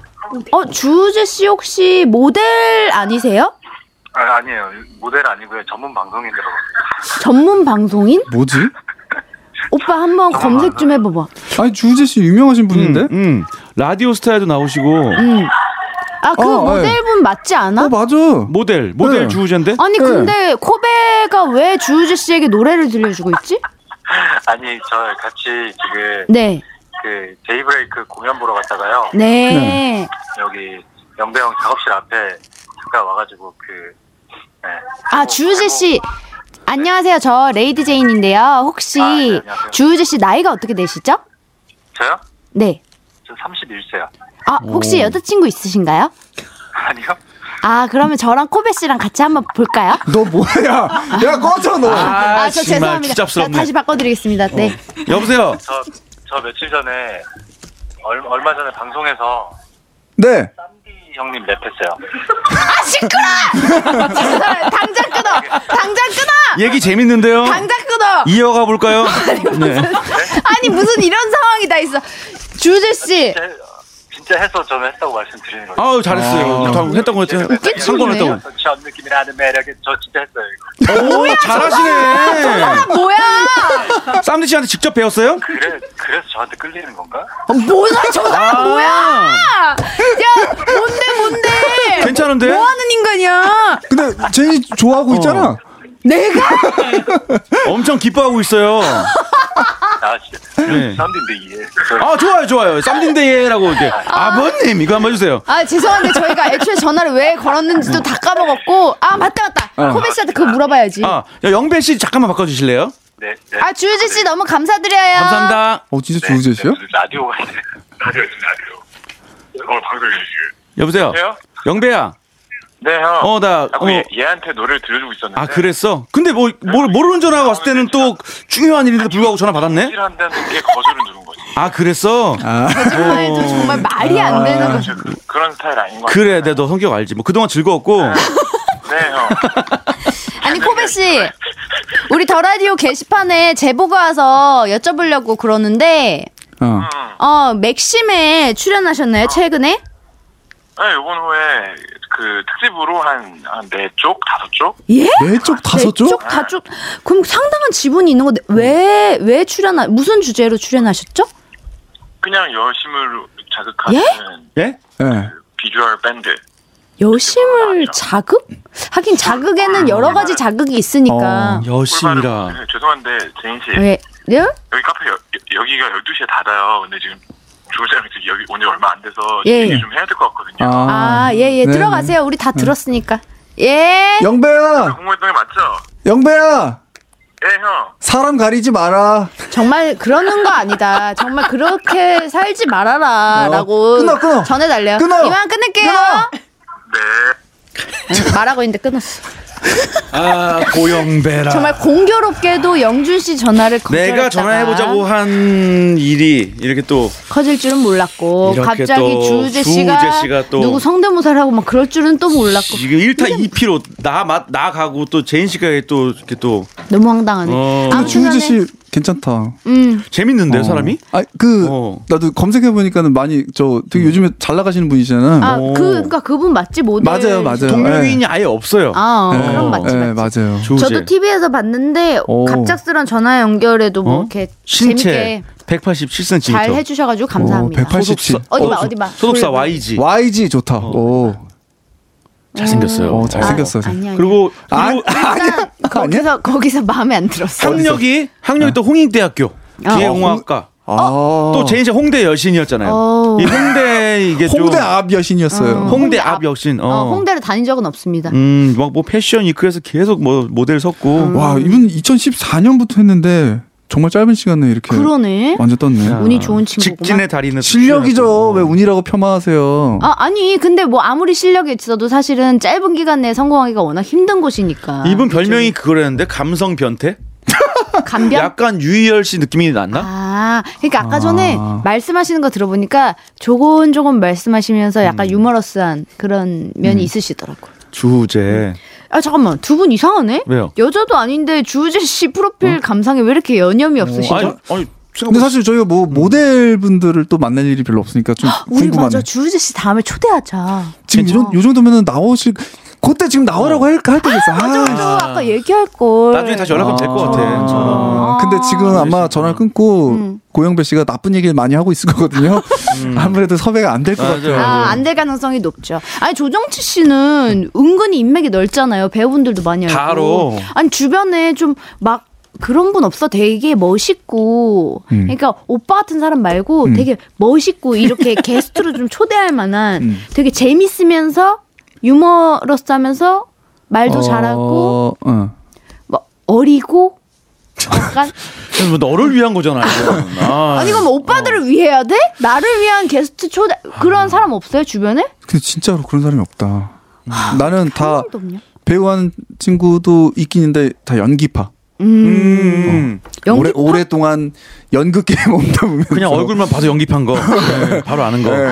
B: 어 주우재 씨 혹시 모델 아니세요?
D: 아, 아니에요. 모델 아니고요. 전문 방송인으로.
B: 전문 방송인?
A: 뭐지?
B: 오빠 한번 검색 좀 해봐봐.
A: 아니 주우재 씨 유명하신 분인데?
C: 음, 라디오 스타에도 나오시고
B: 아 그
A: 어,
B: 모델분 맞지 않아?
A: 어 맞아.
C: 모델 모델
A: 네.
C: 주우재인데?
B: 아니 근데 코베가 왜 주우재 씨에게 노래를 들려주고 있지?
D: 아니, 저 같이 지금
B: 네,
D: 그 데이브레이크 공연 보러 갔다가요.
B: 네.
D: 여기 영배형 작업실 앞에 잠깐 와가지고 그 예.
B: 아
D: 알고-
B: 주우재
D: 알고-
B: 씨 안녕하세요. 저 레이디 제인인데요. 혹시
D: 아, 네, 안녕하세요.
B: 주우재 씨 나이가 어떻게 되시죠?
D: 저요?
B: 네.
D: 저 31세요.
B: 아 혹시
C: 오.
B: 여자친구 있으신가요?
D: 아니요?
B: 아 그러면 저랑 코베 씨랑 같이 한번 볼까요?
A: 너 뭐야? 야 꺼져 너.
B: 아, 저 죄송합니다.
C: 추잡스럽네.
B: 자, 다시 바꿔드리겠습니다. 네.
C: 여보세요.
D: 저, 저 며칠 전에 얼, 얼마 전에 방송에서
A: 네.
D: 쌈디 형님 랩했어요.
B: 아 시끄러! 당장 끊어! 당장 끊어!
C: 얘기 재밌는데요.
B: 당장 끊어!
C: 이어가 볼까요? 네.
B: 아니 무슨 이런 상황이 다 있어? 주우재 씨.
D: 진짜, 진짜 해서 저는 했다고 말씀드리는 거예요.
C: 아우 잘했어요.
A: 아.
C: 다 했다고 했죠.
B: 웃기지
C: 성공
B: 않네요.
C: 했다고.
D: 전치 없는 느낌이라는 매력에 저 진짜 했어요. 이거.
C: 오 잘하시네.
B: 아 뭐야?
C: 쌈디 씨한테 직접 배웠어요?
D: 그래, 그래서 저한테 끌리는 건가?
B: 뭐야 저
C: 아, 뭐야?
B: 야 뭔데 뭔데?
C: 괜찮은데?
B: 뭐 하는 인간이야?
A: 근데 제이 좋아하고 있잖아.
B: 내가
C: 엄청 기뻐하고 있어요.
D: 아 진짜
C: 네.
D: 쌈딘데 이해.
C: 아 좋아요 좋아요 쌈딘데예라고 이렇게 아버님 이거 한번 해주세요.
B: 아 죄송한데 저희가 애초에 전화를 왜 걸었는지도 다 까먹었고 아 맞다 맞다
C: 어.
B: 코베 씨한테 그거 물어봐야지 아,
C: 아 야, 영배 씨 잠깐만 바꿔주실래요?
D: 네, 네.
B: 주유진 씨 너무 감사드려요
C: 감사합니다.
A: 어 진짜 조우재 씨요?
D: 라디오가 있네. 라디오 있네 라디오. 오늘 방송 주시고요.
C: 여보세요.
D: 여보세요?
C: 영배야.
D: 네 형.
C: 어, 나,
D: 자꾸
C: 어.
D: 얘, 얘한테 노래를 들려주고 있었는데.
C: 아 그랬어? 근데 뭐 뭘, 모르는 전화가 왔을 때는 또 중요한 일인데 불구하고 전화 받았네?
D: 한다는 게 거절을 누른 거지.
C: 아 그랬어? 어.
B: 거짓말도 정말 말이 안 되는 거
D: 저 그- 그런 스타일 아닌 것 같아요.
C: 아, 그래 내가 너 성격 알지 뭐 그동안 즐거웠고
B: 아,
D: 네 형.
B: 아니 코베 씨 우리 더 라디오 게시판에 제보가 와서 여쭤보려고 그러는데
A: 어.
B: 어 맥심에 출연하셨나요 최근에?
D: 네 이번 후에 그 특집으로 한한네쪽 다섯 쪽.
B: 예?
A: 네쪽 다섯
B: 네,
A: 쪽?
B: 다 쪽. 그럼 상당한 지분이 있는 건데 왜왜 출연하 무슨 주제로 출연하셨죠?
D: 그냥 여심을 자극하는
C: 예?
A: 예.
D: 비주얼 밴드.
B: 여심을
C: 아,
B: 자극? 하긴 자극에는 여러 가지 자극이 있으니까.
A: 어.
D: 꿀마루-
C: 여심이라
D: 네, 죄송한데 제인 씨
B: 왜? 예?
D: 여기 카페 여, 여- 여기가 12시에 닫아요. 근데 지금 조장이 지금 여기 온 지 얼마 안 돼서
B: 예,
D: 얘기
B: 예.
D: 좀 해야 될 것 같거든요.
B: 아, 예, 예.
A: 네,
B: 들어가세요. 우리 다 들었으니까. 예.
A: 네.
C: 아.
A: 영배야,
D: 공무원동에 맞죠?
A: 영배야,
D: 예 형.
A: 사람 가리지 마라.
B: 정말 그러는 거 아니다. 정말 그렇게 살지 말아라.
A: 어,
B: 라고
A: 끊어, 끊어.
B: 전해달래요.
A: 끊어.
B: 이만 끊을게요.
D: 네.
B: 아니, 말하고 있는데 끊었어.
C: 아 고영배라
B: 정말 공교롭게도 영준 씨 전화를 거절했다가
C: 내가 전화해보자고 한 일이 이렇게 또
B: 커질 줄은 몰랐고
C: 이렇게
B: 갑자기
C: 또
B: 주우재
C: 주우재
B: 씨가,
C: 씨가 또
B: 누구 성대모사를 하고 막 그럴 줄은 또 몰랐고
C: 지금 1타 2피로 나, 마, 나 가고 또 제인 씨가 또 이렇게 또
B: 너무 황당하네.
C: 어.
A: 근데
B: 아무튼
A: 조우재
B: 간에
A: 씨 괜찮다.
B: 음.
C: 재밌는데요
A: 어.
C: 사람이?
A: 아, 그
C: 어. 음.
A: 나도 검색해 보니까는 많이 저 되게 요즘에 잘 나가시는 분이잖아.
B: 아,
C: 오.
B: 그, 그니까 그분 맞지, 모델.
A: 맞아요,
C: 네.
A: 맞아요.
C: 동료인이 아예 없어요
B: 아, 어,
A: 예.
B: 그럼 맞지,
A: 예,
B: 맞지.
A: 맞아요.
C: 조우재
B: 저도 TV에서 봤는데,
A: 오.
B: 갑작스런 전화 연결에도 뭐,
C: 어?
B: 이렇게
C: 신체 어,
B: 재밌게
C: 187cm
B: 잘 해주셔가지고 감사합니다.
A: 오, 187.
B: 어디 봐, 어디 봐.
C: 소속사
B: 보여요, 보여요.
C: YG
A: YG 좋다.
C: 어.
A: 오,
C: 잘생겼어요
A: 어, 잘생겼어.
B: 아니, 아니.
C: 그리고
A: 아,
C: 그리고
B: 일단, 거기서, 거기서 마음에 안 들었어.
C: 학력이 학력이 또 홍익대학교 기계공학과
A: 아.
C: 또 제인 씨 홍대 여신이었잖아요.
B: 어.
C: 이 홍대 이게 좀
A: 홍대 앞 여신이었어요.
C: 홍대 앞 여신. 어.
B: 어, 홍대를 다닌 적은 없습니다.
C: 음, 막 뭐 패션 이크에서 계속 뭐 모델 섰고.
B: 음.
A: 와, 이분 2014년부터 했는데 정말 짧은 시간에 이렇게
C: 어.
B: 그러네.
A: 완전 떴네.
C: 야,
B: 운이 좋은 친구구만.
C: 직진의 달인은
A: 실력이죠.
C: 출연했고.
A: 왜 운이라고 폄하하세요?
B: 아, 아니, 근데 뭐 아무리 실력이 있어도 사실은 짧은 기간 내에 성공하기가 워낙 힘든 곳이니까.
C: 이분 별명이 그거라는데 감성 변태?
B: 간변?
C: 약간 유희열 씨 느낌이 났나?
B: 아, 그러니까 아까 전에
A: 아.
B: 말씀하시는 거 들어보니까 조곤조곤 말씀하시면서 약간
C: 음.
B: 유머러스한 그런 면이 있으시더라고요.
C: 주우재.
B: 아, 잠깐만. 두 분 이상하네?
C: 왜요? 어?
B: 여자도 아닌데 주우재 씨 프로필 감상에 왜 이렇게 여념이 없으시죠?
C: 아니, 아니
A: 근데
C: 생각보다
A: 사실 저희가 뭐 모델분들을 또 만날 일이 별로 없으니까 좀
B: 우리
A: 궁금하네.
B: 맞아. 주우재 씨 다음에 초대하자.
A: 지금 이런 요 정도면은 나오실 그때 지금 나오라고 할, 할 때겠어. 아,
B: 저 아까 얘기할 걸.
C: 나중에 다시 연락하면 될 것 같아.
A: 아, 근데 지금 아마 전화 를 끊고
B: 음.
A: 고영배 씨가 나쁜 얘기를 많이 하고 있을 거거든요. 아무래도 섭외가 안 될 것
C: 음. 맞아요.
A: 같아요.
B: 아, 안 될 가능성이 높죠. 아니, 조정치 씨는 은근히 인맥이 넓잖아요. 배우분들도 많이 알고.
C: 바로.
B: 아니, 주변에 좀 막 그런 분 없어. 되게 멋있고.
C: 음.
B: 그러니까 오빠 같은 사람 말고 되게 멋있고 이렇게 게스트로 좀 초대할 만한
C: 음.
B: 되게 재밌으면서 유머러스하면서 말도
A: 어,
B: 잘하고
A: 어.
B: 뭐 어리고 약간
C: 뭐 너를 위한 거잖아. 이거는. 아,
B: 아니 그럼 오빠들을 위해야 돼? 나를 위한 게스트 초대 그런
C: 아.
B: 사람 없어요 주변에?
A: 근데 진짜로 그런 사람이 없다.
B: 음.
A: 나는 다
B: 사람도 아, 없냐?
A: 배우하는 친구도 있긴 있는데 다 연기파. 어.
C: 음.
B: 연기
A: 오래, 오랫동안 연극계에 몸다 보면
C: 그냥 얼굴만 봐도 연기판 거. 네, 바로 아는 거.
A: 예,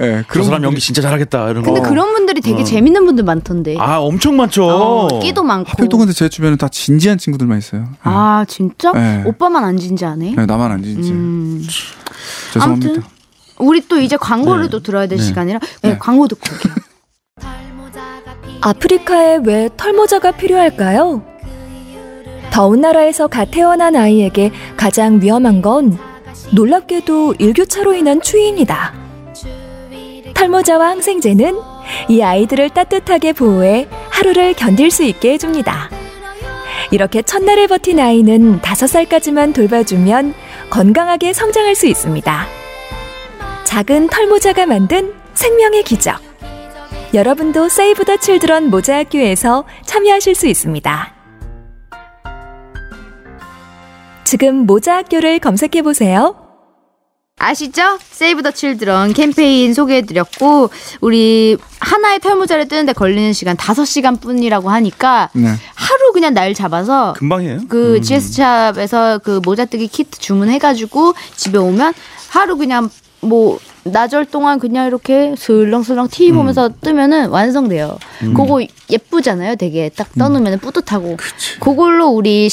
A: 예, 예.
C: 그 사람
A: 분들이
C: 연기 진짜 잘하겠다 이런
B: 근데
C: 거.
B: 그런 분들이 되게 재밌는 분들 많던데.
C: 어. 아 엄청 많죠.
B: 예. 어, 끼도 많고.
A: 하필도 근데 제 주변에 다 진지한 친구들만 있어요.
B: 아 진짜?
A: 네.
B: 오빠만 안 진지하네.
A: 네, 나만 안 진지. 죄송합니다.
B: 음. 아무튼 우리 또 이제 광고를 또 들어야 될 시간이라 네, 광고 듣고 올게요.
E: 아프리카에 왜 털모자가 필요할까요? 더운 나라에서 갓 태어난 아이에게 가장 위험한 건 놀랍게도 일교차로 인한 추위입니다. 털모자와 항생제는 이 아이들을 따뜻하게 보호해 하루를 견딜 수 있게 해줍니다. 이렇게 첫날을 버틴 아이는 5살까지만 돌봐주면 건강하게 성장할 수 있습니다. 작은 털모자가 만든 생명의 기적. 여러분도 세이브 더 칠드런 모자 학교에서 참여하실 수 있습니다. 지금 모자 학교를 검색해 보세요.
B: 아시죠? 세이브 더 칠드런 캠페인 소개해드렸고 우리 하나의 털모자를 뜨는데 걸리는 시간 5시간 뿐이라고 하니까
A: 네.
B: 하루 그냥 날 잡아서
C: 금방 해요.
A: 음.
B: 그 GS샵에서 그 모자뜨기 키트 주문해가지고 집에 오면 하루 그냥 뭐 낮절 동안 그냥 이렇게 슬렁슬렁 TV
A: 음.
B: 보면서 뜨면은 완성돼요. 그거 예쁘잖아요. 되게 딱
A: 음.
B: 떠놓으면 뿌듯하고. 그걸로 우리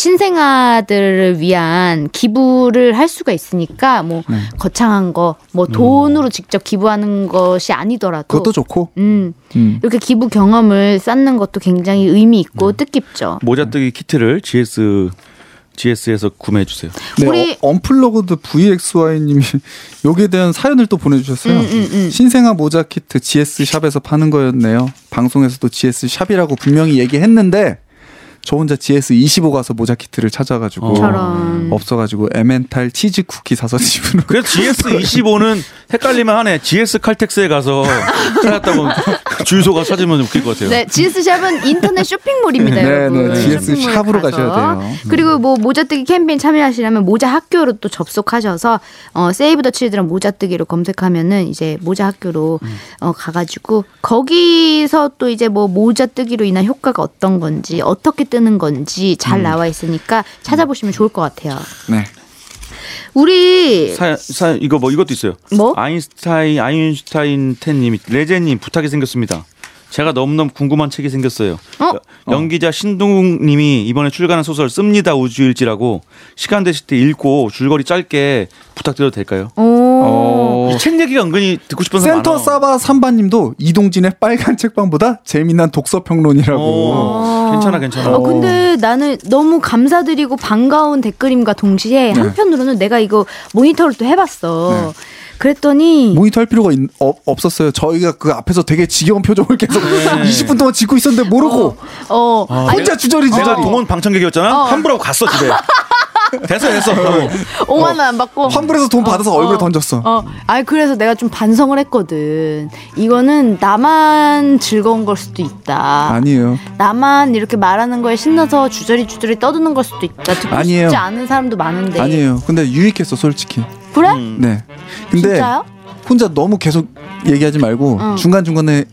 B: 신생아들을 위한 기부를 할 수가 있으니까 뭐
A: 네.
B: 거창한 거, 뭐 돈으로 직접 기부하는 것이 아니더라도.
A: 음. 그것도 좋고.
B: 음,
A: 음.
B: 이렇게 기부 경험을 쌓는 것도 굉장히 의미 있고
A: 네.
B: 뜻깊죠.
C: 모자뜨기 키트를 GS GS에서 구매해 주세요.
A: 네,
B: 우리-
A: 어, 언플러그드 VXY님이 여기에 대한 사연을 또
B: 음,
A: 보내주셨어요. 신생아 모자 키트 GS샵에서 파는 거였네요. 방송에서도 GS샵이라고 분명히 얘기했는데 저 혼자 GS25 가서 모자 키트를 찾아가지고
C: 어.
B: 저런.
A: 없어가지고 에멘탈 치즈 쿠키 사서 집으로
C: 그래서 GS25는 헷갈리면 하네. GS 칼텍스에 가서 찾았다 보면 주유소가 찾으면 웃길 것 같아요.
B: 네, GS샵은 인터넷 쇼핑몰입니다,
A: 네,
B: 여러분.
A: 네, GS
B: 쇼핑몰에
A: 샵으로
B: 가서.
A: 가셔야 돼요. 음.
B: 그리고 뭐 모자뜨기 캠페인 참여하시려면 모자 학교로 또 접속하셔서 어 세이브 더 칠드런 모자뜨기로 검색하면은 이제 모자 학교로 어 가가지고 거기서 또 이제 뭐 모자뜨기로 인한 효과가 어떤 건지 어떻게 뜨는 건지 잘
A: 음.
B: 나와 있으니까 찾아보시면 좋을 것 같아요.
A: 네.
B: 우리
C: 사, 사 이거 뭐 이것도 있어요.
B: 뭐?
C: 아인슈타인 아인슈타인 텐님이 레제님 부탁이 생겼습니다. 제가 너무너무 궁금한 책이 생겼어요.
B: 어?
C: 여- 연기자 신동욱님이 이번에 출간한 소설 씁니다 우주일지라고 시간 되실 때 읽고 줄거리 짧게 부탁드려도 될까요?
A: 어,
B: 오.
C: 이 책 얘기가 은근히 듣고 싶은 사람
A: 센터
C: 많아.
A: 사바 삼바님도 이동진의 빨간 책방보다 재미난 독서 평론이라고.
C: 어, 괜찮아 괜찮아.
B: 어, 근데 나는 너무 감사드리고 반가운 댓글임과 동시에
A: 네.
B: 한편으로는 내가 이거 모니터를 또 해봤어. 그랬더니
A: 모니터 할 필요가 있- 없- 없었어요. 저희가 그 앞에서 되게 지겨운 표정을 계속 20분 동안 짓고 있었는데 모르고
B: 네. 어, 아니,
A: 혼자 주저리
C: 내가
A: 주저리.
C: 동원 방청객이었잖아.
B: 어.
C: 함부로 하고 갔어 집에. 됐어 됐어. 그러고.
B: 5만 원 안 받고
A: 환불해서 돈 받아서 얼굴에 던졌어.
B: 어, 아니 그래서 내가 좀 반성을 했거든. 이거는 나만 즐거운 걸 수도 있다.
A: 아니에요.
B: 나만 이렇게 말하는 거에 신나서 주저리 주저리 떠드는 걸 수도 있다. 듣고
A: 아니에요.
B: 싶지 않은 사람도 많은데.
A: 아니에요. 근데 유익했어, 솔직히.
B: 그래?
C: 음.
A: 네. 근데
B: 진짜요?
A: 혼자 너무 계속 얘기하지 말고 중간중간에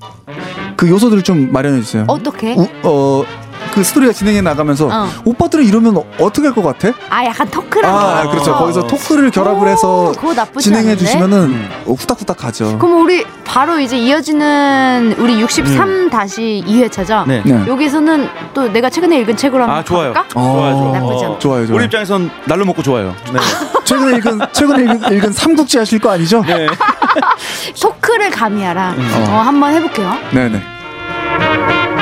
A: 그 요소들을 좀 마련해 주세요.
B: 어떻게? 네.
A: 우- 어, 그 스토리가 진행해 나가면서
B: 어.
A: 오빠들은 이러면 어- 어떻게 할 것 같아?
B: 아 약간 토크를.
A: 아,
B: 하는
A: 그렇죠.
B: 거.
A: 거기서 토크를 결합을 해서
B: 오, 그거 나쁘지
A: 진행해
B: 않은데? 음.
A: 주시면은 어, 후딱후딱 가죠.
B: 그럼 우리 바로 이제 이어지는 우리 63-2회차죠?
C: 네.
A: 음. 네.
B: 여기서는 또 내가 최근에 읽은 책으로 한번
C: 아 좋아요.
B: 볼까?
A: 어.
C: 좋아요 좋아요.
B: 나쁘지 않다.
A: 좋아요, 좋아요.
C: 우리 입장에선 날로 먹고 좋아요. 네.
A: 최근에 읽은 최근에 읽은, 읽은 삼국지 하실 거 아니죠?
C: 네.
B: 토크를 가미하라. 어,
C: 음.
A: 어.
B: 한번 해볼게요.
A: 네, 네.